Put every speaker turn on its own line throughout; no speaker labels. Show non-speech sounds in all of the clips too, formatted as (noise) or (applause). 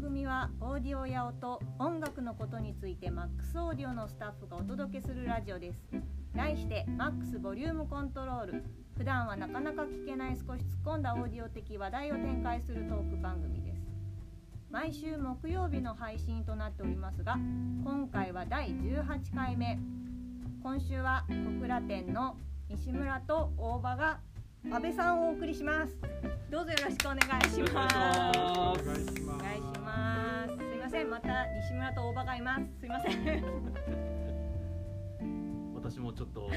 組はオーディオや音音楽のことについてマックスオーディオのスタッフがお届けするラジオです題してマックスボリュームコントロール普段はなかなか聞けない少し突っ込んだオーディオ的話題を展開するトーク番組です毎週木曜日の配信となっておりますが今回は第18回目今週は小倉店の西村と大場が安倍さんをお送りしますどうぞよろしくお願いします
お
願いし
お
ま
願いしますすいませんまた西村と大場がいますすいません (laughs)
私もちょっと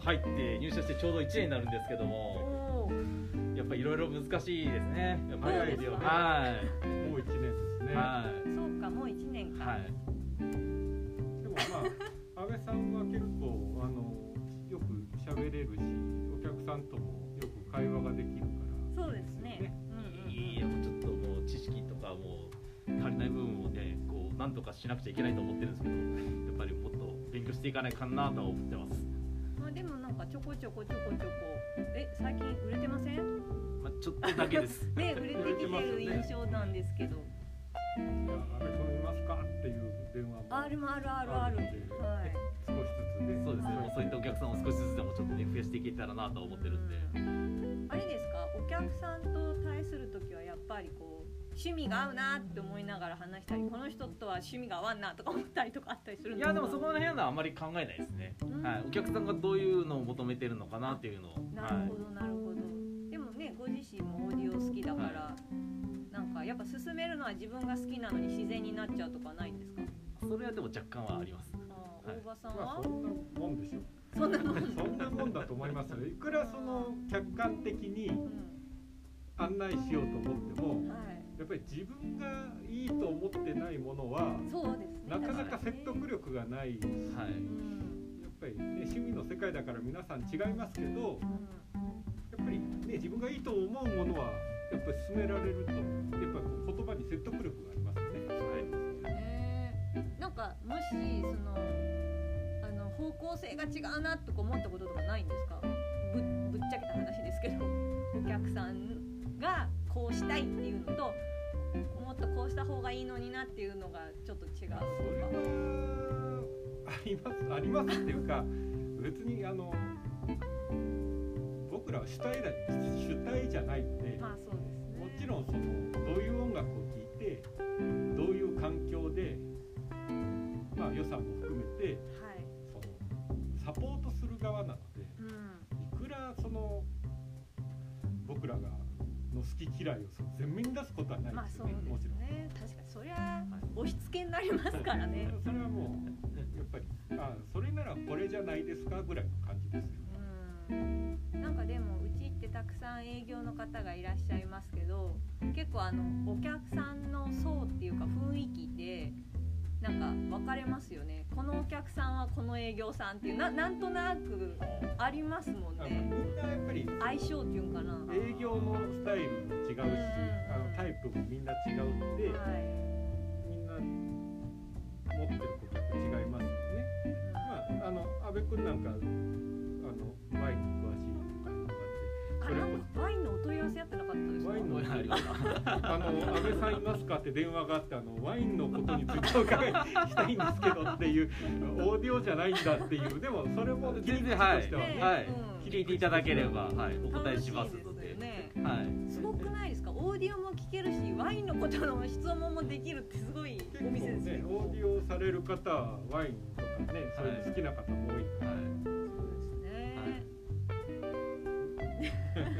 入って入社してちょうど1年になるんですけども
おー
やっぱりいろいろ難しいですねやっぱり
そうですよね
は
もう一年
い
ですね。
はい
そうかもう一年か、
はい
でもまあ安倍さんは結構あのよく喋れるし、お客さんともよく会話ができるから。
そうですねうんうん
いやもうちょっともう知識とかもう足りない部分をねこうなんとかしなくちゃいけないと思ってるんですけどやっぱりもっと勉強していかないかなとは思ってます、
まあでもなんかちょこちょこちょこちょこえ最近売れてません
まあ、ちょっとだけです
ね売れてきてる印象なんですけど
いや安倍さんいますかっていう電話も
R も RRR はい
少しずつね。
そうですねもうそういったお
客
客さんを少しずつでもちょっとね増やしていけたらなとは思ってるんで
あれですかお客さんと対する時はやっぱりこう趣味が合うなって思いながら話したりこの人とは趣味が合わんなとか思ったりとかあったりするん
い
ですか
やでもそこら辺はあまり考えないですね、
うん
はい、お客さんがどういうのを求めてるのかなっていうのを
なる
はい
ほどなるほどでもねご自身もオーディオ好きだから、なんかやっぱ進めるのは自分が好きなのに自然になっちゃうとかないんですか
それはでも若干はあります
あー
はい
大場さん
ま
は
あそんなもんでしょう。
そんなもん、うん、
そんなもんだと思いますよ。いくらその客観的に案内しようと思っても、
はい
やっぱり自分がいいと思ってないものは。
そうですね
なかなか説得力がないし、
はい
うん
やっぱりね趣味の世界だから皆さん違いますけど
う
や
ん
っぱりね自分がいいと思うものはやっぱり勧められるとやっぱりこう言葉に説得力がありますよね。
ねえなんかもしそのあの方向性が違うなとか思ったこととかないんですかぶぶっちゃけた話ですけどお客さんがこうしたいっていうのともっとこうした方がいいのになっていうのがちょっと違うとか
それはありますありますっていうか別にあの僕らは主体だ主体じゃないんで、
まあそうですね
もちろんそのどういう音楽を聴いてどういう環境で、まあ、予算も含めて
はい
そのサポートする側なので
うん
いくらその僕らがの好き嫌いをその前面に出すことはない
まあ
です
そ
よ
う
ね、
で
も
す
ちろん。
ね確かにそりゃ押し付けになりますからね
それはもうやっぱりあそれならこれじゃないですかぐらいの感じですよ。
うんなんかでもうちってたくさん営業の方がいらっしゃいますけど結構あのお客さんの層っていうか雰囲気でなんか分かれますよねこのお客さんはこの営業さんっていうななんとなくありますもん
あの
ね
みんなやっぱり
相性っていうんかなは
営業のスタイルも違うし、あのタイプもみんな違うんで、
い
みんな持ってることやっぱ違いますよね。まああの安部君なんかあのワインに詳しいとかいうのがあって。
あ
それ
なんかワインのお問い合わせやってなかったですか
ワインの
思い入りが
あの安倍さんいますかって電話があってあのワインのことについてお伺いしたいんですけどっていうオーディオじゃないんだっていうでもそれも切り口としては
全然
ね、
はい
うん
聞いていただければ、はい、お答え
楽し
しま
い
す
です
の
よ
で
ね
はい
すごくないですかオーディオも聞けるしワインのことの質問もできるってすごい
結
お
構
店です
ねオーディオされる方はワインとかねそういうの好きな方も多いか
は
そうですね、
い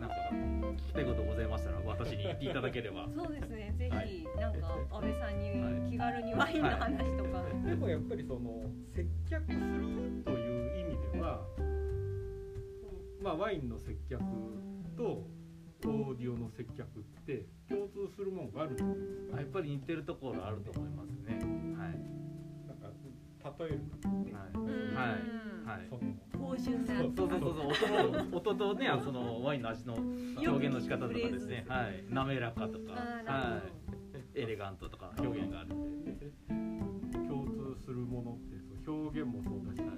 なんか聞きたいことございましたら私に言っていただけれ
(laughs)
ば
そうですねぜひ、
はい
なんか安倍さん
はい
に気軽にワインの話とか、
らでもやっぱりその接客するという意味ではまあワインの接客とオーディオの接客って共通するものがあるじゃないですか
やっぱり似てるところあると思いますね
なんか例える
はいは
う
い
ん
はい、はい
その
芳醇な
そうそうそうそう音の音とねそのワインの味の表現の仕方とかですねはい滑らかとか
あーな
は
るほど
いエレガントとか表現があるんで
共通するものってそう表現もそうだし、
はい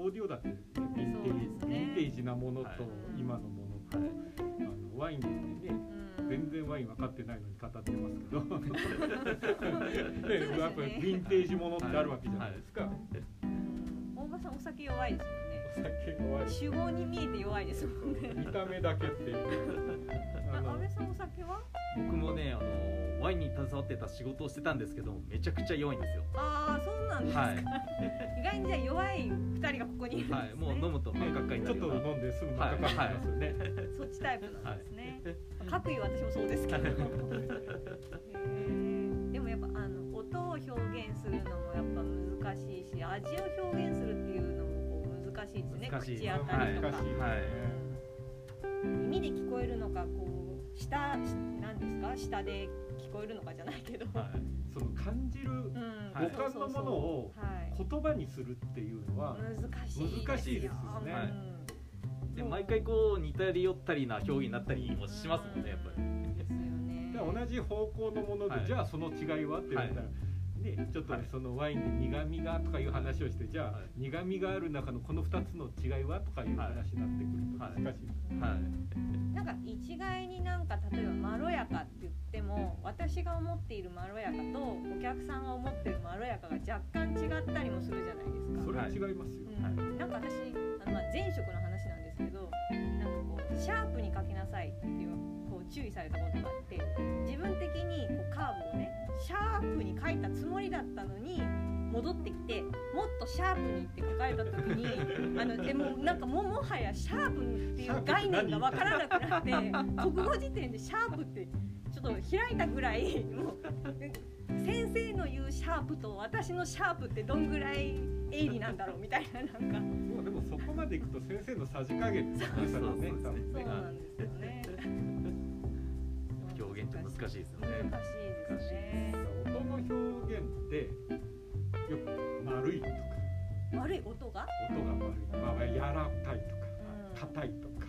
オーディオだってヴィンテージ
そうですね
ヴィンテージなものと
はい
今のものと、
はい
あのワインだってね
うん
全然ワイン分かってないのに語ってます
(laughs)
けど
そうですよね
やっぱりヴィンテージものってあるわけじゃないですか、
うん大場さんお酒弱いです
お酒
もんね。酒豪に見えて弱いですもんね。
怖い見た目だけっていうあ
あ
の
安倍さんお酒は？
僕もねあのワインに携わってた仕事をしてたんですけどめちゃくちゃ弱いんですよ
ああそうなんですか。
はい、
意外にじゃあ弱い二人がここにいるんですね。
はい、もう飲むと真っ赤っかに
ち
な
ょっ
る
と
ような
飲んですぐ真っ赤っかになりますよね、
そっちタイプなんですね。各位私もそうですけ
(laughs)
ど。へーでもやっぱあの音を表現するのもやっぱ難しいし、味を表現するっていうのもこう難しいですね。
難しい
口当たりとか。
難しいですね、
はい
耳で聞こえるのかこう下なんですか下で聞こえるのかじゃないけど、
はい
その感じ
う
る
ん
はい
そうそうそう
五感のものを
はい
言葉にするっていうのは、
難しいですよ
難しいですよね
はい
うん
で毎回こう似たり寄ったりな表現になったりもしますもんねやっぱり
ですよね
じゃあ同じ方向のもので、
はい
じゃあその違いはって言われたら、ね、ちょっとね、
はい
そのワインで苦味がとかいう話をして、じゃあ、
はい
苦味がある中のこの2つの違いはとかいう話にな
は
って
い
くると難しい、
はい
なんか一概になんか例えばまろやかって言っても私が思っているまろやかとお客さんが思っているまろやかが若干違ったりもするじゃないですか
それは違いますよ、
うんなんか私あの、まあ、前職の話なんですけどなんかこうシャープに書きなさいっていうこう注意されたことがあって自分的にこうカーブをねシャープに書いたつもりだったのに戻ってきてもっとシャープにって書かれた時に
(laughs)
あのでもなんかももはやシャープっていう概念がわからなくなって国語辞典でシャープってちょっと開いたぐらいもう先生の言うシャープと私のシャープってどんぐらい鋭利なんだろうみたいななんか。
もうでもそこまでいくと先生のさじ加減っていう話だ
そう
ね
そう
多分
そう
ね
なんですよね。
表現って難しいですよ
(laughs)
ね
難しいですね。
音の表現ってよく丸いとか
悪い音が。
音が丸い、まあ、柔らかいとか
うん
硬いとか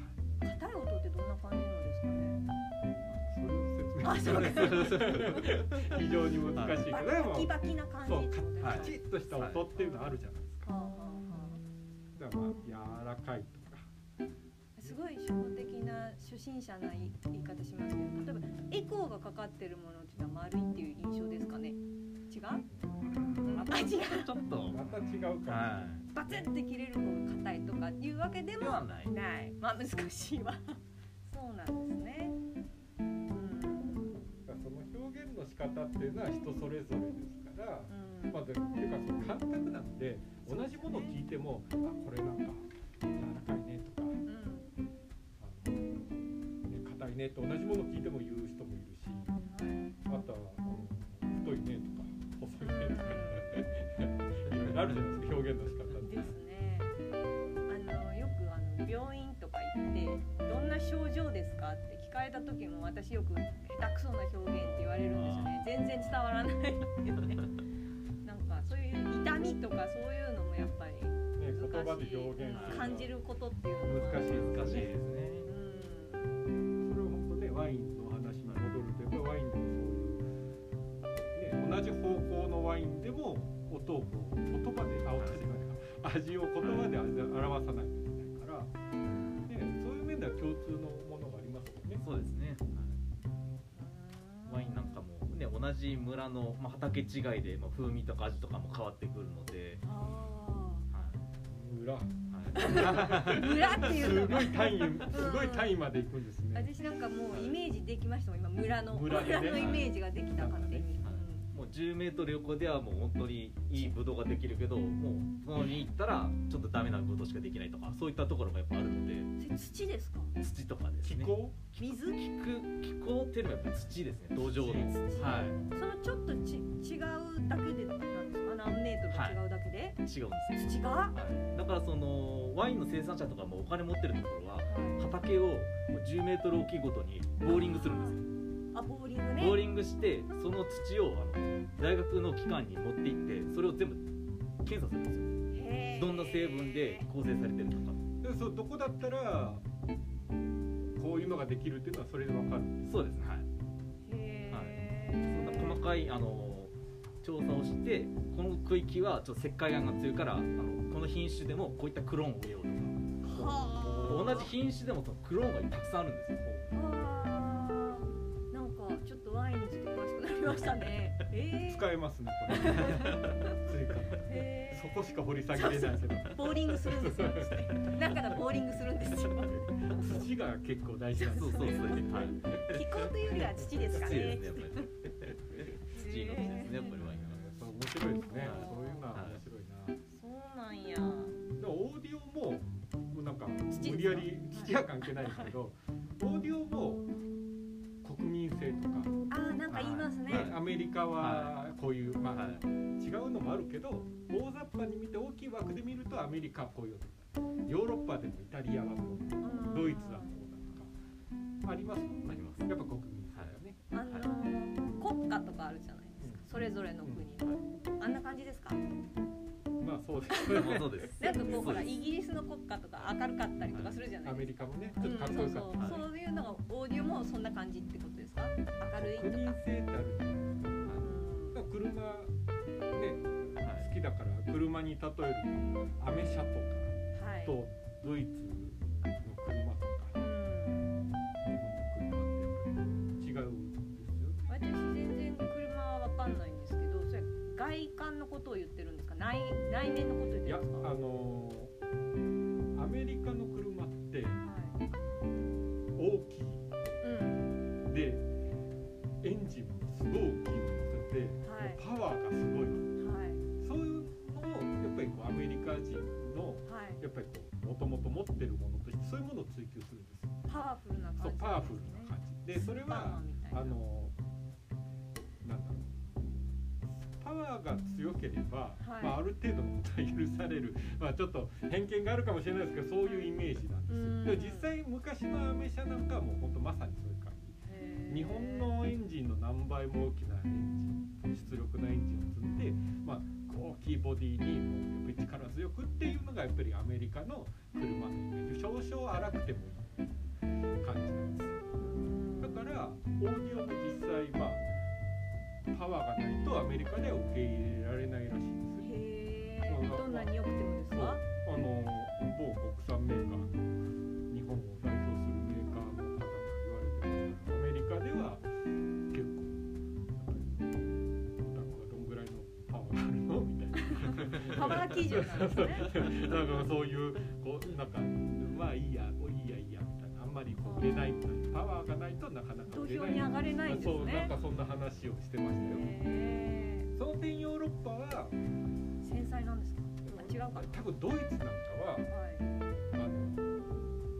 硬い音ってどんな感じのですかね。
それを説明
あ、そうか。
非常に難しいけどで
バ
も
キバキな感じ
そう
ってことですか。
はい
カチッとした音っていうのあるじゃないです
はあ
か
はあは
だからまあ柔らかいとか
あすごい初歩的な初心者な言い言い方しますけど、例えばエコーがかかってるものっていうのは丸いっていう印象ですかね。違う？あ、違う。
ちょっと
また違うかも
は
バツンって切れる方が硬いとかいうわけで
いで
も
はない
ない。まあ難し
(laughs)
いわ。そうなんですね。うん。
だからその表現の仕方っていうのは人それぞれですから
うん。
まあでもっていうかその感覚なんで同じものを聞いてもあこれなんか柔らかいねとか
うん
あのね硬いねって同じものを聞いても言う人もいるしあとはあの太いねとか細いねとかいろいろあるじゃないですか表現の仕方って
ですね。あのよくあの病院とか行ってどんな症状ですかって聞かれた時も私よく下手くそな表現って言われるんですよね。全然伝わらないですね。なんかそういう痛みとかそういうのもやっぱり
ね
難しい
言葉で表現するのは
感じることっていうのは
難しい
難しいですね
うん。
それを本当ねワインの話に戻るとやっぱりワインのそういう、ね、同じ方向のワインでも音をこう言葉であ音じゃないか味を言葉で表さないといけないから、ね、そういう面では共通のものがありますよね。
そうですねワインなんかもね同じ村のまあ畑違いでまあ風味とか味とかも変わってくるので
あ
は
裏
い
ー村っていう
す
の
ご
が
い単位すごい単位まで行くんですね。
私なんかもうイメージできましたもん今村の
村
村
でね
のイメージができた勝手に。
はいもう10メートル横ではもう本当にいいブドウができるけどもうそのに行ったらちょっとダメなブドウしかできないとかそういったところがやっぱあるので
うんそれ土ですか？
土とかです
気
ね
候
水？
気気候っていうのはやっぱり土ですね土壌の
土
はい
そのちょっとち違うだけでなんですか何メートル違うだけで、
違うんですよ
土が、は、
はいだからそのワインの生産者とかもお金持ってるところはい畑を10メートル大きいごとにボーリングするんですよ
あボーリングね
ボーリングしてその土をあの大学の機関に持って行ってそれを全部検査するんですよ
へー
どんな成分で構成されてるのか
でそうどこだったらこういうのができるっていうのはそれでわかる。
そうですねはい
へー
はいそんな細かいあの調査をしてこの区域はちょっと石灰岩が強いからあのこの品種でもこういったクローンを植えようとか
はあ
同じ品種でもそのクローンがたくさんあるんですよ
はあちょっとワインについて詳しくなりました
(laughs)
ね。え
使えますね
(laughs)
これ追加
えへ
そこしか掘り下げれないけど
ーボーリングするんですよ。だからボーリングするんですよ。
土が結構大事なんで
そう
す
そうそうですね。はい。
気候というよりは土ですか
土で
ね
すね。やっぱり。土の土ですねやっぱりワインは。
そう面白いですね
はい
そういうのは面白いな、
そうなんや。
でもオーディオももうなんか
土ですか
無理やり土は関係ないんですけど、オーディオも国民性とか、
あーなんか言いますね。
はい
ねアメリカはこういう、まあ、
はい。
違うのもあるけど大雑把に見て大きい枠で見るとアメリカはこういうのヨーロッパでもイタリアはこ
う
う
ん
ドイツはこうだとかありますもん
あ
ね
ります。
やっぱ国民性だね、
あのー国家とかあるじゃないですか。それぞれの国の。あんな感じですか。
まあそうで
(laughs)
す
そ
よ
う
ね
そうです。
なんかこうほら
そう
イ
です
ギリスの国家とか明るかったりとかするじゃな
ア
い
メ
です
リ
か。
カもね
う
ちょっ
ん
とかっこ
そ
よ
う
か
そ
っ
うそういうのがオーディオもそんな感じってことですか明るい
た、
とか
国民性ってあるじゃないです
う
か
ん
だから車ね
はい
好きだから車に例えるとアメ車とか
はい
とドイツの車と
う
か
ん
日本の車ってやっぱり違うんですよね
私全然車は分かんないんですけどそれ外観のことを言ってるんですか内内面のことを言っ
い
てる
や
んですか
あのーアメリカの車って
はい
大き
うん
いでエンジンもすごい大きいのを使って、
はい
パワーがすごい
はい
そういうのをやっぱりこうアメリカ人の
はい
やっぱりこうもともと持ってるものとしてそういうものを追求するんですよ
パワフルな感じ
そうパワフルな感じでそれ
パワ
は
ーみたいな
あのーなんだろうパワーが強ければ、
はい
まあ、ある程度のことは許される、まあ、ちょっと偏見があるかもしれないですけどそういうイメージなんです
うん
よでも実際昔のアメ車なんかはもうほんとまさにそういう感
へー
じ日本のエンジンの何倍も大きなエンジン出力なエンジンを積んで、まあ、大きいボディにもうやっぱり力強くっていうのがやっぱりアメリカの車のイメージ少々荒くてもいいっていう感じなんですよ
うん
だからオーディオも実際まあパワーがないとアメリカでは受け入れられないらしいんですよ。
へーどんなに良くてもです
そう
か
あの某国産メーカーの日本を代表するメーカーの方が言われてますけどアメリカでは結構やっぱりオタクはどんぐらいのパワーがあるのみたいな。
パワー基準なんですね
(laughs) なんかそういうこうなんかまあいいやこういいやいいやみたいなあんまりこう売れないみたいなパワーがないとなかなか
土
売れ
俵
ない
に上がれないんです
そうなん
ね
かそんな話をしてましたよ、
へ
その点ヨーロッパは
ー繊細なんですかあ違うか
多分ドイツなんか
は
は
い
あの車で言え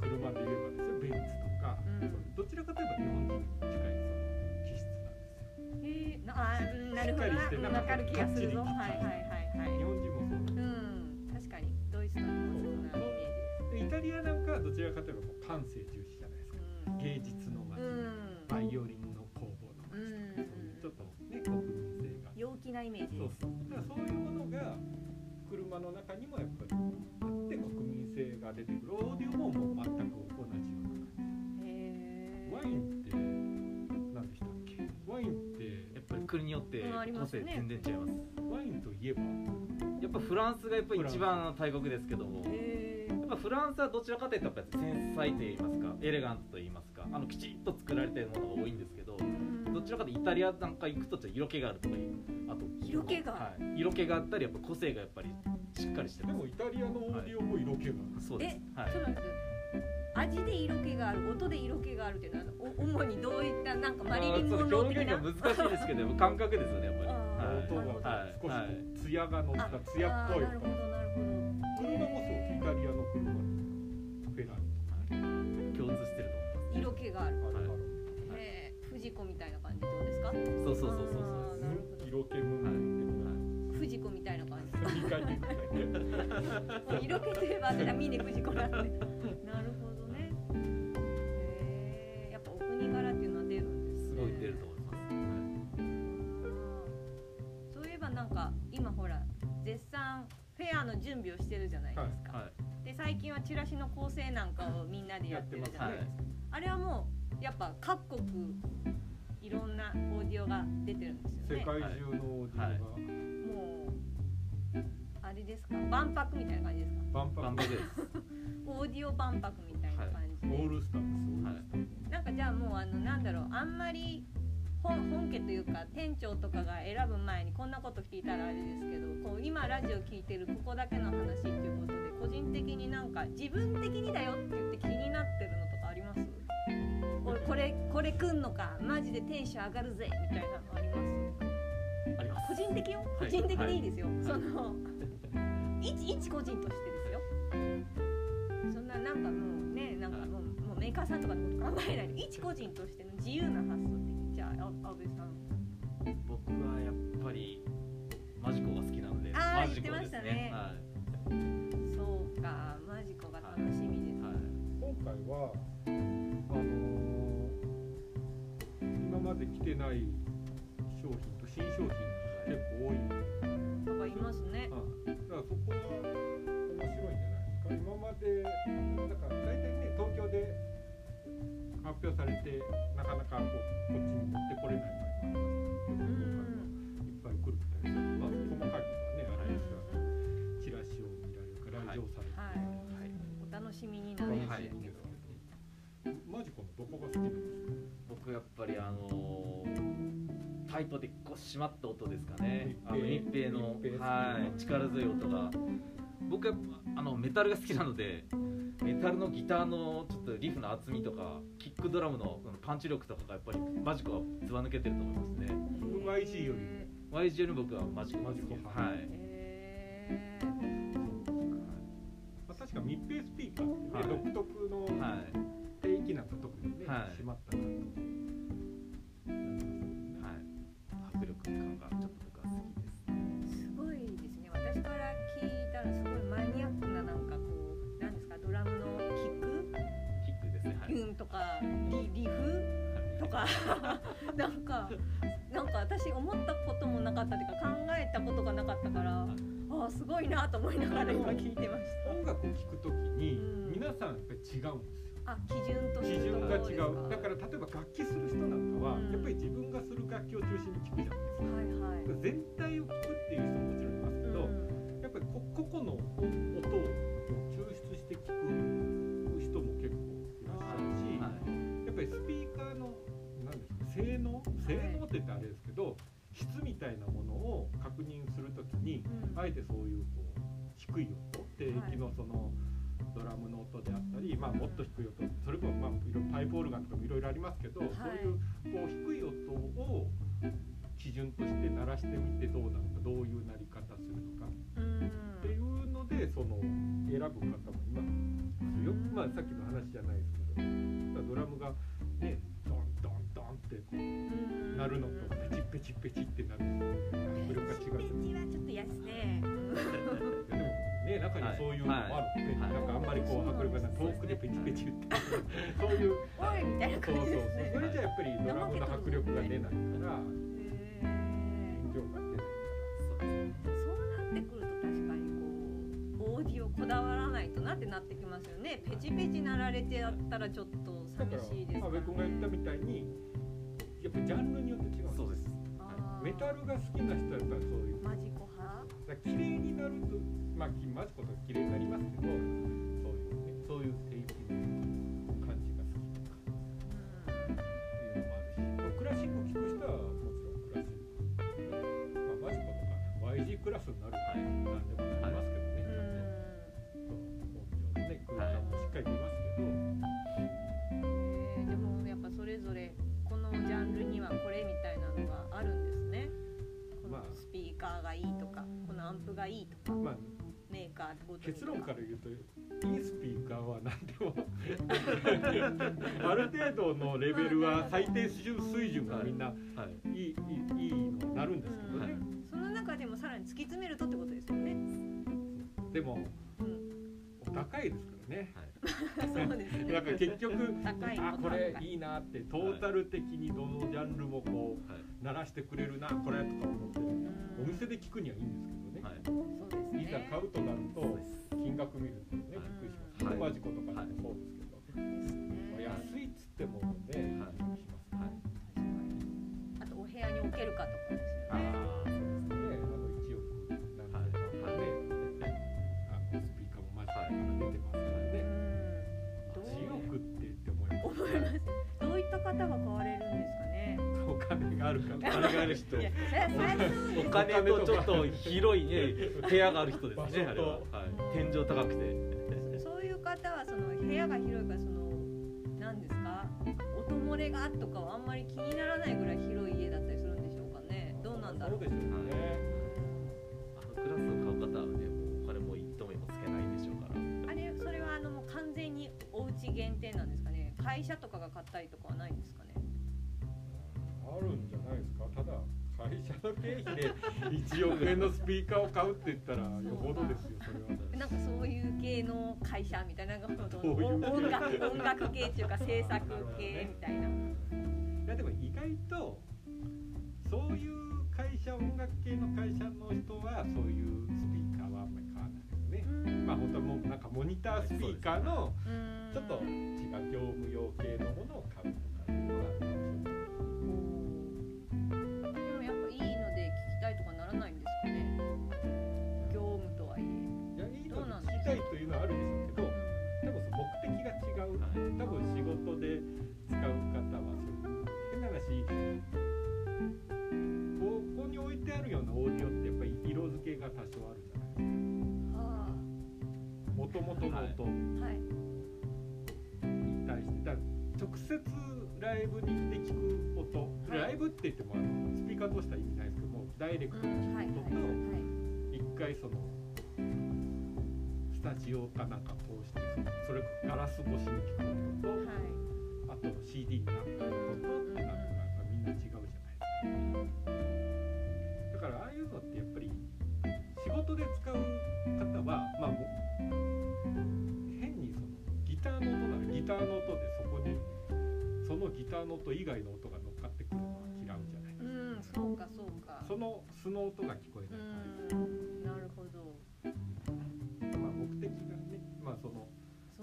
ばですよベンツとか、
うん
どちらかといえば日本人に近いその気質なんですよ
えー、なあーうんなるほど
しっかりしてな
なわかる気がするぞ
が
は
っ
い
ちり
はいはい
日
はい
本人もそう
う
だ
ん確かにドイツとかもそんなイメージです
でイタリアなんかはどちらかといえばこう感性重視じゃないですか芸術の街、
うん、うん
バイオリンの工房の街とか、そういうちょっとね国民性が
陽気なイメージ
そ
で
う
す
そうだからそういうものが車の中にもやっぱりあって国民性が出てくるオーディオももう全く同じような感
へ
じ
ー
ワインって何でしたっけワインって
やっぱり国によって
うんあり
個
ます
性
ね
全然違います。
ワインといえば
やっぱフランスがやっぱ一番の大国ですけども。
へ
やっぱフランスはどちらかというとやっぱ繊細といいますかエレガントといいますかあのきちっと作られてるものが多いんですけど
ー
どちらかというとイタリアなんか行くとちょっと色気があるとかいうあと
色気が
はい、色気があったりやっぱ個性がやっぱりしっかりして
で
ま
もイタリアのオーディオも色気が
すそうですは
そう
い
なんです味で色気がある音で色気があるっていうのはお主にどういったなんかマリリン・モンロー
表
的
現が
な
難しいですけどやっぱ感覚ですよねやっぱり
あー
はい
音がこ
はいう
少し
はい
こう艶が乗った艶っ
あ
ぽ
ー
い
なるほどなるほど
車もそうイタリアの車フェラーリ
共通してる
色気がある
とかあるから
はい
へー藤子みたいな感じってことですか
と思いますそうそうそうそう
あーなるほど
色気ム
藤子みたいな感じ
ーン的な理解できない
もう色気といえば私は峰藤子なんでなるほどねへえやっぱお国柄っていうのは出るんですすね
ごい出ると思います、は
そういえばなんか今ほら絶賛フェアの準備をしてるじゃないですか、
いはい
で最近はチラシの構成なんかをみんなでやってるじゃないですか、あれはもうやっぱ各国いろんなオーディオが出てるんですよ
世界
ね
中のオーディオが、
はい
もうああれですか万博みたいな感じですか
万博
バンドです。
オーディオ万博みたいな感じ
オ
で、
ールスターですオールスター
はい
なんかじゃあもうあのなんだろうあんまり本本家というか店長とかが選ぶ前にこんなこと聞いたらあれですけどこう今ラジオ聞いてるここだけの話っていうことで個人的になんか自分的にだよって言って気になってるのとかありますおこれこれくんのかマジでテンション上がるぜみたいなのあります
あります。
個人的よ個
はい
人的でいいですよ、
い
その一一個人としてですよそんななんかもうねなんかもう,、もうメーカーさんとかのこと考えないで一個人としての自由な発想的じゃああ安部さん
僕はやっぱりマジコが好きなので、
あー
マジ
言っ
コ
てま
で
し
す
たね
ね。は
そうかマジコが楽しみで
い
す、
はい。
今回はあのー今まで来てない商品と新商品が結構多い、
なんかいますね
だからそこが面白いんじゃないですか今までだから大体ね東京で発表されてなかなかこうこっちに持ってこれない場合
う
も
ん
ありますけどいっぱい来るみたいですまあ細かいことはねあれですがチラシを見られるか
はい
来場されるか、
はい
はい
お楽しみにな
楽
る
し
やつ
はい
で
いん
すけど
ですけど、マジコのどこが好きなんですか
僕やっぱりあのータイトでこう締まった音ですかね
密閉
あの密閉の
密閉
はい力強い音が僕やっぱあのメタルが好きなのでメタルのギターのちょっとリフの厚みとかキックドラムのうんパンチ力とかがやっぱりマジコはずば抜けてると思いますね
YG より
YG より僕はマジコが好き
マジコ
は
派
い
え
まあ、確か密閉スピーカーって、ね
はい
独特の
はい
低域なんか特にね、
はい
閉まったなと思って
はい迫力感がちょっと僕は好きです
ーすごいですね私から聞いたらすごいマニアックななんかこうなんですかドラムのキック
キックですねはい
うんとかリリフとかなんかなんか私思ったこともなかったというか考えたことがなかったからあ
い
あすごいなと思いながら今聞いてまし
音楽を聴くときに
うん
皆さんやっぱり違うんですよ
たあ基準と
基
して
準が違
ど
う
です
だから例えば楽器する人なんかは、
うん
やっぱり自分がする楽器を中心に聴くじゃないですか
はいはい
だから全体を聴くっていう人ももちろんいますけど、
うん
やっぱりこ個々の音を抽出して聴く人も結構いらっしゃるし、
はい
やっぱりスピーカーのなんですか性能性能って言ってあれですけど、質みたいなものを確認するときに
うん
あえてそういうこう低い音低域のその、ドラムの音であったり、まあ、もっと低い音それこそ、まあ、いろいろパイプオルガンとかもいろいろありますけど、
はい
そういうこう低い音を基準として鳴らしてみてどうなのかどういう鳴り方するのかっていううのでその選ぶ方もいますよくまあさっきの話じゃないですけどまあドラムがねドンドンドンってこうん鳴るのとペチペチペチって鳴るの迫力が違
ペチペ
う
チはちょっと安ね
でもね中にはそういうのもあるね、
はいはい
なんかあんまりこう迫力がない
そう
遠
です
く
ね
でペチペチってそういう
おいみたいな
そう
感
そう
じ
そう
ですね
それじゃやっぱりドラムの迫力が出ないか
へ
ら臨
ー
場感出ない
そうですね
そうなってくると確かにこうオーディオこだわらないとなってなってきますよねペチペチなられてやったらちょっと
だか
寂
ら
しいです
阿
から、
部
ね、
君が言ったみたいにやっぱジャンルによって違うんです
そ
よ
うです
あー
メタルが好きな人はやっぱりそういう
マジコ派
だから綺麗になるとまあきマジことか綺麗になりますけどそういうねそういうテイクの感じが好きとかっていうのもあるしクラシック聴く人はもちろんクラシック、まあ、マジことか YG クラスになるから何でもなりま
うん
すけどね、そう音量のね空間もしっかり見ますけど、
うんへーでもやっぱそれぞれこのジャンルにはこれみたいなのがあるんですねこの
まあ
スピーカーがいいとかこのアンプがいいとか
まあ
メーカーごとに
結
と
論から言うといいスピーカーは何でも (laughs) ある程度のレベルは最低水準がみんな
はい
いいいいいいのになるんですけど
うん
ね、
そ
はい
の中でもさらに突き詰めるとってことですよね、
でも
うん、
お高いですからね。
そうですね
なんか結局
高い
あこれ
い
いいなってトータル的にどのジャンルもこ
は
う鳴らしてくれるなこれとか思ってお店
で
で聞くにはいいんですけ
い
どね
はい
そうですね
いざ買うとなる
そう
と
です
金額見るとねびっ
はい
くりします
はい
マジコとかでもそうですけど
ですね
まあ安いっつってもね
はい
びっくりしま
確かにあと
はい
す
お部屋に置けるかとかですよね
ああそうですね
ねあの1億何千万とかね
思いますどういった方が買われるんですかね
お金が
(laughs)
あるか
お金がある人
いやそれは最初
お金とちょっと広いね部屋がある人ですねあ
場所と
れは、はい、天井高くて
そういう方はその部屋が広いからその何ですか音漏れがとかはあんまり気にならないぐらい広い家だったりするんでしょうかねどうなんだろう
そうでしょうね
あのクラスを買う方はねもうお金も一等目もつけないでしょうから
あれそれはあのもう完全にお家限定なんですかね会社とかが買ったりとかはないんですかね
あるんじゃないですかただ会社の経費で1億円のスピーカーを買うって言ったらよほどですよそれは
なんかそういう系の会社みたいなのが
ういう系
音楽音楽系っていうか制作系みたいな。
いやでも意外とそういう会社音楽系の会社の人はそういうスピーカーはあんまり買わないですねまあ本当はもうなんかモニタースピーカーの
うん
ちょっと違う業務用系のものを買うとかっていうのはあるかもしれない
でもやっぱいいので聞きたいとかならないんですかね業務とはいえ
いやいい
どう
の
なん
聞きたいというのはあるでしょうけど多分その目的が違う
はい
多分仕事で使う方はそういう変な話ここに置いてあるようなオーディオってやっぱり色付けが多少あるじゃないです
は
かもともとの音
あはい
に対してだから直接ライブにで聞く音、
はい
ライブって言ってもあのスピーカー通したら意味ないですけどもダイレクト
う
に
んはいはい
聞く
は
音
い
と一回そのスタジオかなんか通してそれガラス越しに聞く音と
はい
あと CD になったりとかってなるのがやっぱみんな違うじゃないですか。だからああいうのってやっぱり仕事で使う方はまあもう変にそのギターの音ならギターの音でそこにそのギターの音以外の音が乗っかってくるのは嫌うじゃないで
うん
すか。
そうかそうか
その素の音が聞こえ
う
ないってい
んなるほど
う、まあ、目的がね、まあ、その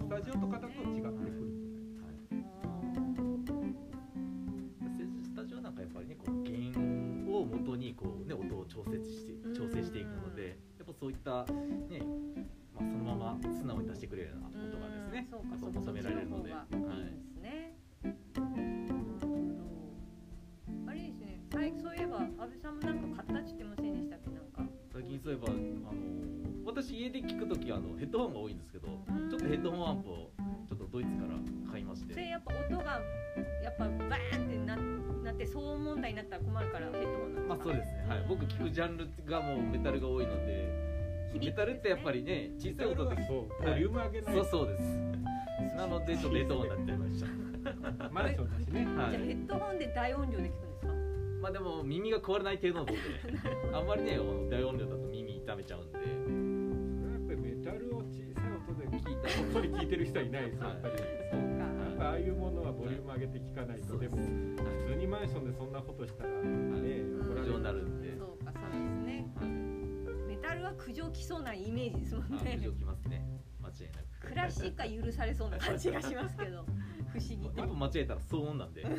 そ
ス
うか
タジオとかだと違ってくるんじゃない
あ
はいスタジオなんかやっぱりねこう原音を元にこうね音を調節して
うん
調整していくのでやっぱそういったね、まあ、そのまま素直に出してくれるような
ー
音がですね
うんそうか
やっぱ
そうか
求められるので、
そ
は
っちの方がいいですね、なるほどあれですね最近そういえば安倍さんもなんか買ったって言ってませんでしたっけなんか
い、最近そういえばあの私家で聞く時あのヘッドホンが多いんですけどち
ん
ょっとヘッドホンアンプをちょっとドイツから買いまし
それ
て
やっぱ音がやっぱバーンってななって騒音問題になったら困るからヘッドホンなんですか
まあそうですね、はい、僕聞くジャンルがもうメタルが多いので
響きですね
メタルってやっぱりね小さい音で聞
そうボリューム上げない、
そうそうですなのでちょっとヘッドホンになっちゃいました
マンションだしね。
はい
じゃあヘッドホンで大音量で聞くんですか
まあでも耳が壊れない程度の音であんまりねあの大音量だと耳痛めちゃうんで
それはやっぱりメタルを小さい音でこ
聞いた
っそり聞いてる人はいないですやっぱり。
そうか
やっぱああいうものはボリューム上げて聞かないと、
そう
で
です
も普通にマンションでそんなことしたらね
うん
怒ら
苦
れ
情
る
になるんで、
そうかそうですねメタルは苦情きそうなイメージですもん
はい、あ
ね
苦情きますね間違いな
クラシックは許されそうな感じがしますけど不思議
く
と
一歩間違えたら騒音なんで
ね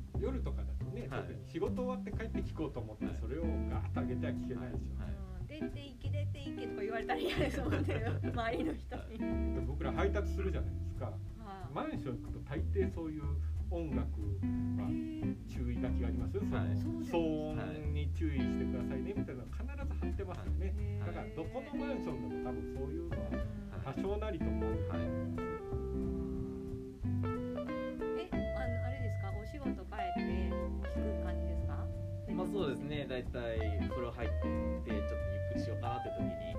(laughs) 夜とかだとね、
はい
特に仕事終わって帰って聞こうと思って、
はい
それをガーッと上げては聞けないでしょ、
はい
うん出ていけ出ていけとか言われたら嫌ですもんね (laughs) 周りの人に、
で僕ら配達するじゃないですか
はあ
マンション行くと大抵そういう音楽
へ
は
ー
注意書きがありますよ、その
はい
そうです
騒音に注意してくださいねみたいなの必ず貼ってますよね、
へー
だからどこのマンションでも多分そういうのは
うん
多少なりともある
はい
え、あのあれですか、お仕事帰って聞く感じですか？
まあそうですね大体風呂入ってちょっとゆっくりしようかなって時に、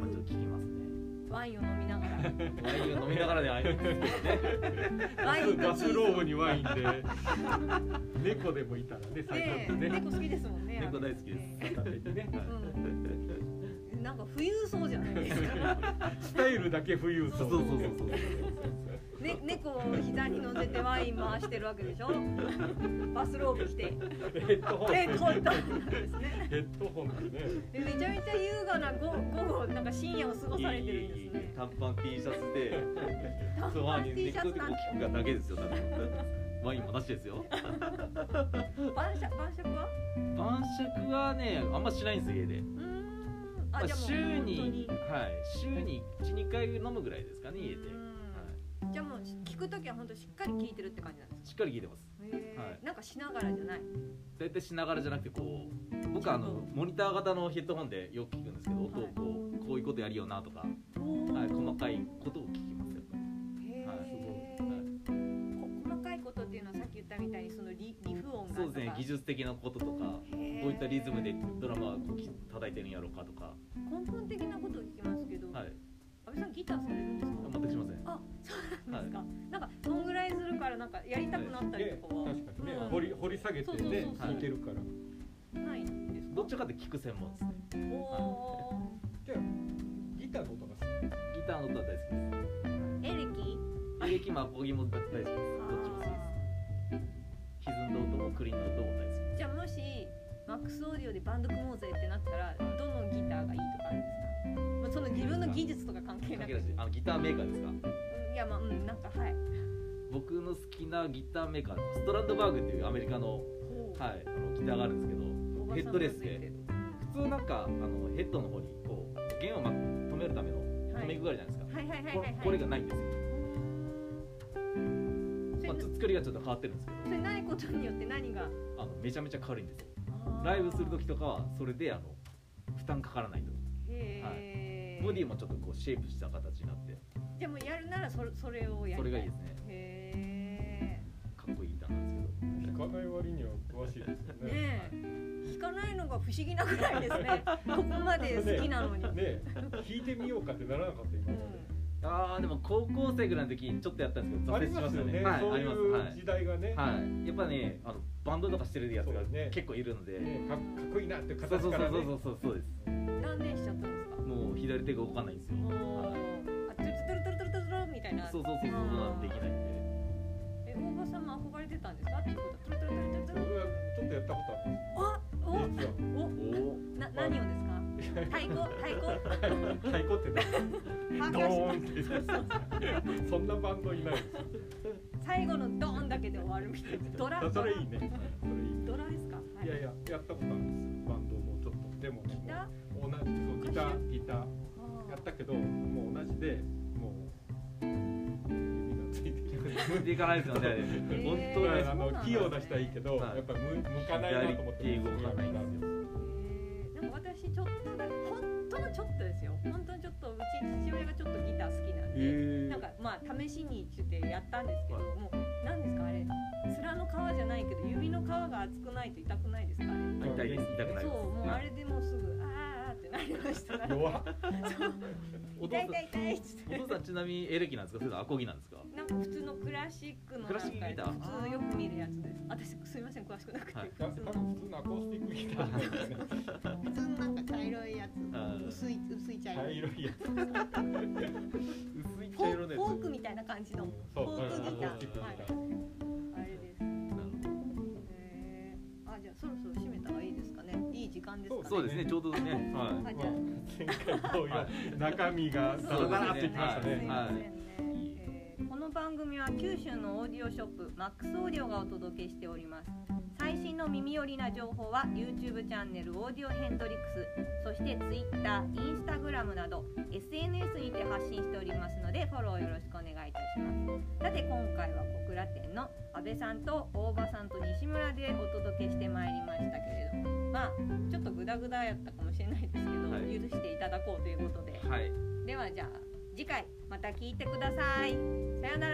まあ、ちょっと聞きますね
ワインを飲みながら、
(laughs) ワインを飲みながらで会えるんですけどね
ワインと
ガ
チ
ス
ーズ
ローブにワインで猫でもいたらね最
ね
高
え、
でね
猫好きですもんね。
猫大好きです
ね
片手にね
えなんか富裕層じゃないです
(laughs)
か。
スタイルだけ富裕層
そうそうそうそう
ね、猫を膝に乗せてワイン回してるわけ
(laughs)
でしょ。バスローブ着て、
ヘッドホン
レ
で
ッドなんですね。
ヘッドホンでね
でめちゃめちゃ優雅な午午後なんか深夜を過ごされてるんですね。
短パン T シャツで
短
そう
パ
ワ
ン
イン
T シャツ
で
な
こ
ん
う聞くがだけですよ多分ワインもなしですよ
て晩酌晩酌は？
晩酌はねあんましないんです家
う
で、
ーん。
まあ、
じゃあもう
週
本当
にはい週に12回飲むぐらいですかね家で、
うん
は
じゃあもう聞くく時は本当しっかり聞いてるって感じなんですか
しっかり聞いてます
へー
は
なんかしながらじゃない
大体しながらじゃなくてこう僕はあの
ちゃんと
モニター型のヘッドホンでよく聞くんですけど音をこうこういうことやるよなとか、はい、細かいことを聞きますやっぱ
へー
はい
す
り、はい
こ細かいことっていうのはさっき言ったみたいにそのリリフ音が
そうですね技術的なこととかどういったリズムでドラマはこうき叩いてるんやろうかとか、
根本的なことを聞きますけど、
はい、
安倍さんギターされるんですか
全くしません
あそうなんですか、なんかそんぐらいするからなんかやりたくなったり
で
とかは
確かにね、
うん
掘り掘り下げて
そうそうそう
ね
そう
聞いてるから、
ないんですか
どっちかって聞く専門ですね
おお
ギターの音が好き
ギターの音は大好きです
ーエレキ
エレキもアコギも大好きですどっちも好きです歪んだ音もクリーンな音も大好き
じゃあもしマックスオーディオでバンド組もうぜってなったらどのギターがいいとかあるんですか、まあ、その自分の技術とか関係
か
なく
けだしあのギターメーカーですか
いやまあうんなんかはい
僕の好きなギターメーカーストランドバーグっていうアメリカの,、はい、あのギターがあるんですけど
おばさん
ヘッドレスで
がついてる
普通なんかあのヘッドの方にこう弦をま止めるための
うんは
留め
い
具合じゃないですか、
はいはいはいはい
こ
はい
これがないんですよ、
それ
まあ、作りがちょっと変わってるんですけ
それないことによって何が
どあのめちゃめちゃ軽いんですよライブする時とかはそれであの負担かからないと
へー
ボディもちょっとこうシェイプした形になって
じゃあもうやるならそれそれをやりたい
それがいいですね
へ
かっこいいギターなんですけど
聞かない割には詳しいですよ
え
ね。
ねえ弾かないのが不思議なぐらいです
(laughs)
ねここまで好きなのに、
ねえ、弾いてみようかってならなかった今
う
まで。
ん
ああでも高校生ぐらいの時にちょっとやったんですけど
あ
挫
り
折し
ま
まし
す
た
よ
ね
ね。
はい
そう
あります
いう時代が
はい、
ね、
はい、やっぱねあのバンドとかしてるやつ
そ
が
うね
結構いるので
ねかかっこいいなって
そう
形
そうそう
から
そう
ね。
そうそうそうです
断念しちゃったんですか
もう左手が動かないんですよ
お
はい
ーあトゥルトゥルトゥルトゥルトゥルトゥルみたいな
そうそうそうそうそうなんできないんで
え大場さんも憧れてたんですかっていうことトゥルトゥルトゥルトゥルトゥル
僕はちょっとやったことあるんです
あ
実は
おお
お
な何をですか太鼓太鼓
太鼓ってね
パーカ
ド
ッション
ーンってそんなバンドいないです
最後のドーンだけで終わるみたいなドラ
あそれいいねそれいい
ドラですか、はい
やいややったことあるんですバンドもちょっとでもね
ギターあ
もう同じそうギターギター
ー
やったけどもう同じでもう指がついてきて
おでいかないですよねあれ
ー
本
そうな
当
ん
ね
ですね
あの器用な人はいいけど、
はい
やっぱり向向かないな
左
と思って
手動かないんですよ
へーなんか私ちょっとだけ本当のちょっとですよ本当にちょっとうち父親がちょっとギター好きなんで、
へ
なんかまあ試しにって言ってやったんですけど、
は
もう何ですかあれ面の皮じゃないけど指の皮が厚くないと痛くないですかあれ
あ痛いです痛くない
そう
です
もうあれでもうすぐあーあーってなりました
(laughs)
弱っ
そう
お父
痛
さ
い痛い痛いっつって
んお父さんちなみにエレキなんですかそれともアコギなんですか
なんか普通のクラシックのなん
ク
か
ラシックギター
普通よく見るやつです私すみません詳しくなくて、
はい
多
普通の
分普通のアコースティックギターだよ
(laughs)
ね
普通のなんか茶色いや
あー
つ薄い薄い茶色
茶
い
色
(laughs)
いやつ
薄い
フォーフォークみたいな感じの
そう
フォークギター
アコースティックギ
あ
タ
れです。へーあ、じゃあそろそろ締めた方がいいですかね。いい時間ですかね。
そうですねちょうどねは
あ
ー
じゃあ
まあ前回同様中身がダラダラってきました
そうです
ね
ね
は
すいませ
い
んねえー
この番組は九州のオーディオショップマックスオーディオがお届けしております最新の耳寄りな情報は YouTube チャンネルオーディオヘンドリックスそして Twitter、Instagram など SNS にて発信しておりますのでフォローよろしくお願いいたしますさて今回は小倉店の阿部さんと大場さんと西村でお届けしてまいりましたけれどもまあちょっとグダグダやったかもしれないですけど、
はい
許していただこうということで
いはい
ではじゃあ次回また聞いてくださいさようなら